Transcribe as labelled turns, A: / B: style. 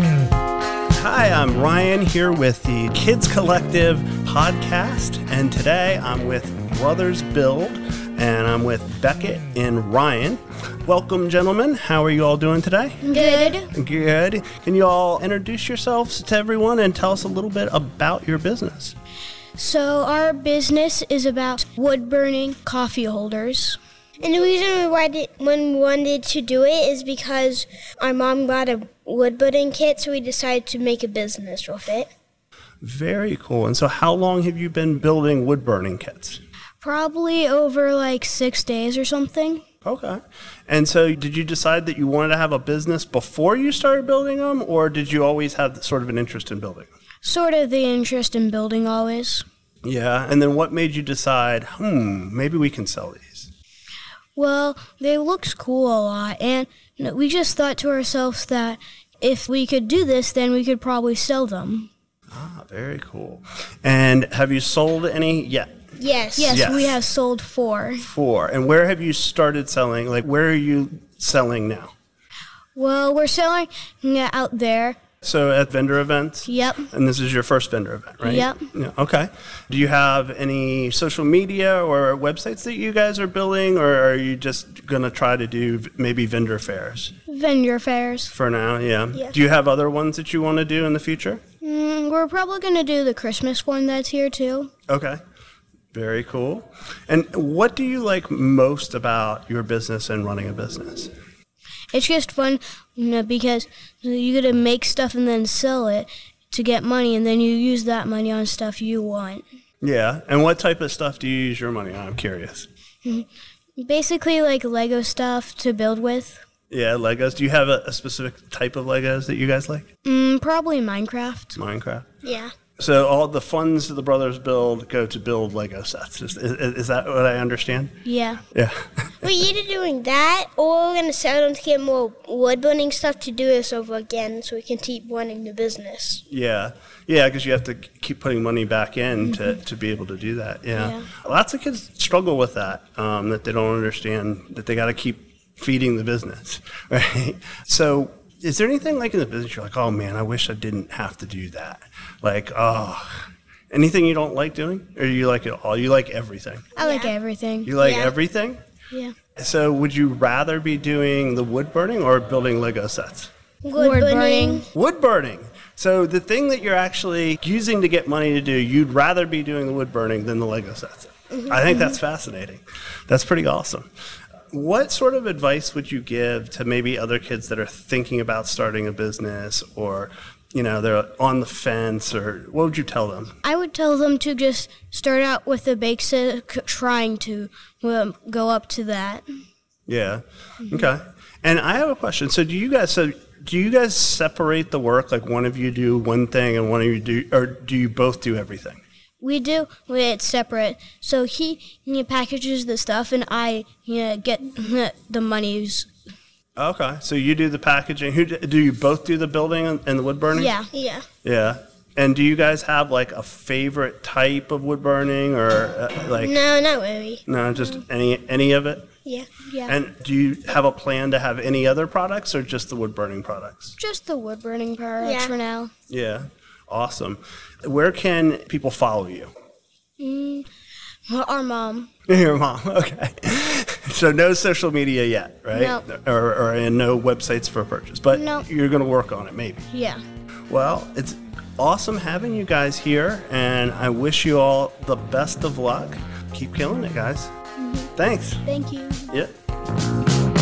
A: Hi, I'm Ryan here with the Kids Collective podcast, and today I'm with Brothers Build, and I'm with Beckett and Ryan. Welcome, gentlemen. How are you all doing today?
B: Good.
A: Good. Can you all introduce yourselves to everyone and tell us a little bit about your business?
B: So our business is about wood burning coffee holders. And the reason we wanted, when we wanted to do it is because our mom got a wood burning kit, so we decided to make a business with it.
A: Very cool. And so, how long have you been building wood burning kits?
B: Probably over like six days or something.
A: Okay. And so, did you decide that you wanted to have a business before you started building them, or did you always have sort of an interest in building them?
B: Sort of the interest in building always.
A: Yeah. And then, what made you decide, hmm, maybe we can sell these?
B: Well, they looked cool a lot, and we just thought to ourselves that if we could do this, then we could probably sell them.
A: Ah, very cool. And have you sold any yet?
B: Yes. Yes,
A: Yes.
B: we have sold four.
A: Four. And where have you started selling? Like, where are you selling now?
B: Well, we're selling yeah, out there.
A: So, at vendor events?
B: Yep.
A: And this is your first vendor event, right?
B: Yep.
A: Yeah, okay. Do you have any social media or websites that you guys are building, or are you just going to try to do v- maybe vendor fairs
B: Vendor fairs.
A: for now? Yeah.
B: Yeah.
A: Do you have other ones that you want to do in the future?
B: Mm, we're probably going to do the Christmas one that's here too.
A: Okay. Very cool. And what do you like most about your business and running a business?
B: It's just fun you know, because you get to make stuff and then sell it to get money, and then you use that money on stuff you want.
A: Yeah. And what type of stuff do you use your money on? I'm curious.
B: Basically, like Lego stuff to build with.
A: Yeah, Legos. Do you have a, a specific type of Legos that you guys like?
B: Mm, probably Minecraft.
A: Minecraft.
B: Yeah.
A: So all the funds that the brothers build go to build Lego sets. Is, is, is that what I understand?
B: Yeah.
A: Yeah.
C: We're either doing that or we're going to sell them to get more wood burning stuff to do this over again so we can keep running the business.
A: yeah. Yeah, because you have to keep putting money back in to, to be able to do that. Yeah. Lots of kids struggle with that, um, that they don't understand that they got to keep feeding the business, right? So is there anything like in the business you're like, oh man, I wish I didn't have to do that? Like, oh, anything you don't like doing? Or you like it all? You like everything?
B: I like everything.
A: You like
C: Yeah.
A: everything?
B: yeah.
A: So, would you rather be doing the wood burning or building Lego sets?
C: Wood,
B: Wood burning.
A: Wood burning. So, the thing that you're actually using to get money to do, you'd rather be doing the wood burning than the Lego sets. I think that's fascinating. That's pretty awesome. What sort of advice would you give to maybe other kids that are thinking about starting a business or, you know, they're on the fence or what would you tell them?
B: I would tell them to just start out with the basic, trying to um, go up to that.
A: Yeah. Okay. And I have a question. So do you guys so do you guys separate the work like one of you do one thing and one of you do or do you both do everything?
B: We do it's separate. So he, he packages the stuff, and I you know, get the monies.
A: Okay. So you do the packaging. Who d- do you both do the building and and the wood burning?
B: Yeah.
C: Yeah.
A: Yeah. And do you guys have like a favorite type of wood burning or uh, like
C: No, not really.
A: no, just any any of it?
C: Yeah.
B: Yeah.
A: And do you have a plan to have any other products or just the wood burning products?
B: Just the wood burning products
C: Yeah.
B: for now.
A: Yeah. Awesome. Where can people follow you?
B: Our mom.
A: Your mom. Okay. So no social media yet, right?
B: No.
A: Or, or and no websites for purchase, but
B: No.
A: you're going to work on it maybe.
B: Yeah.
A: Well, it's awesome having you guys here, and I wish you all the best of luck. Keep killing it, guys. Thanks.
B: Thank you.
A: Yeah.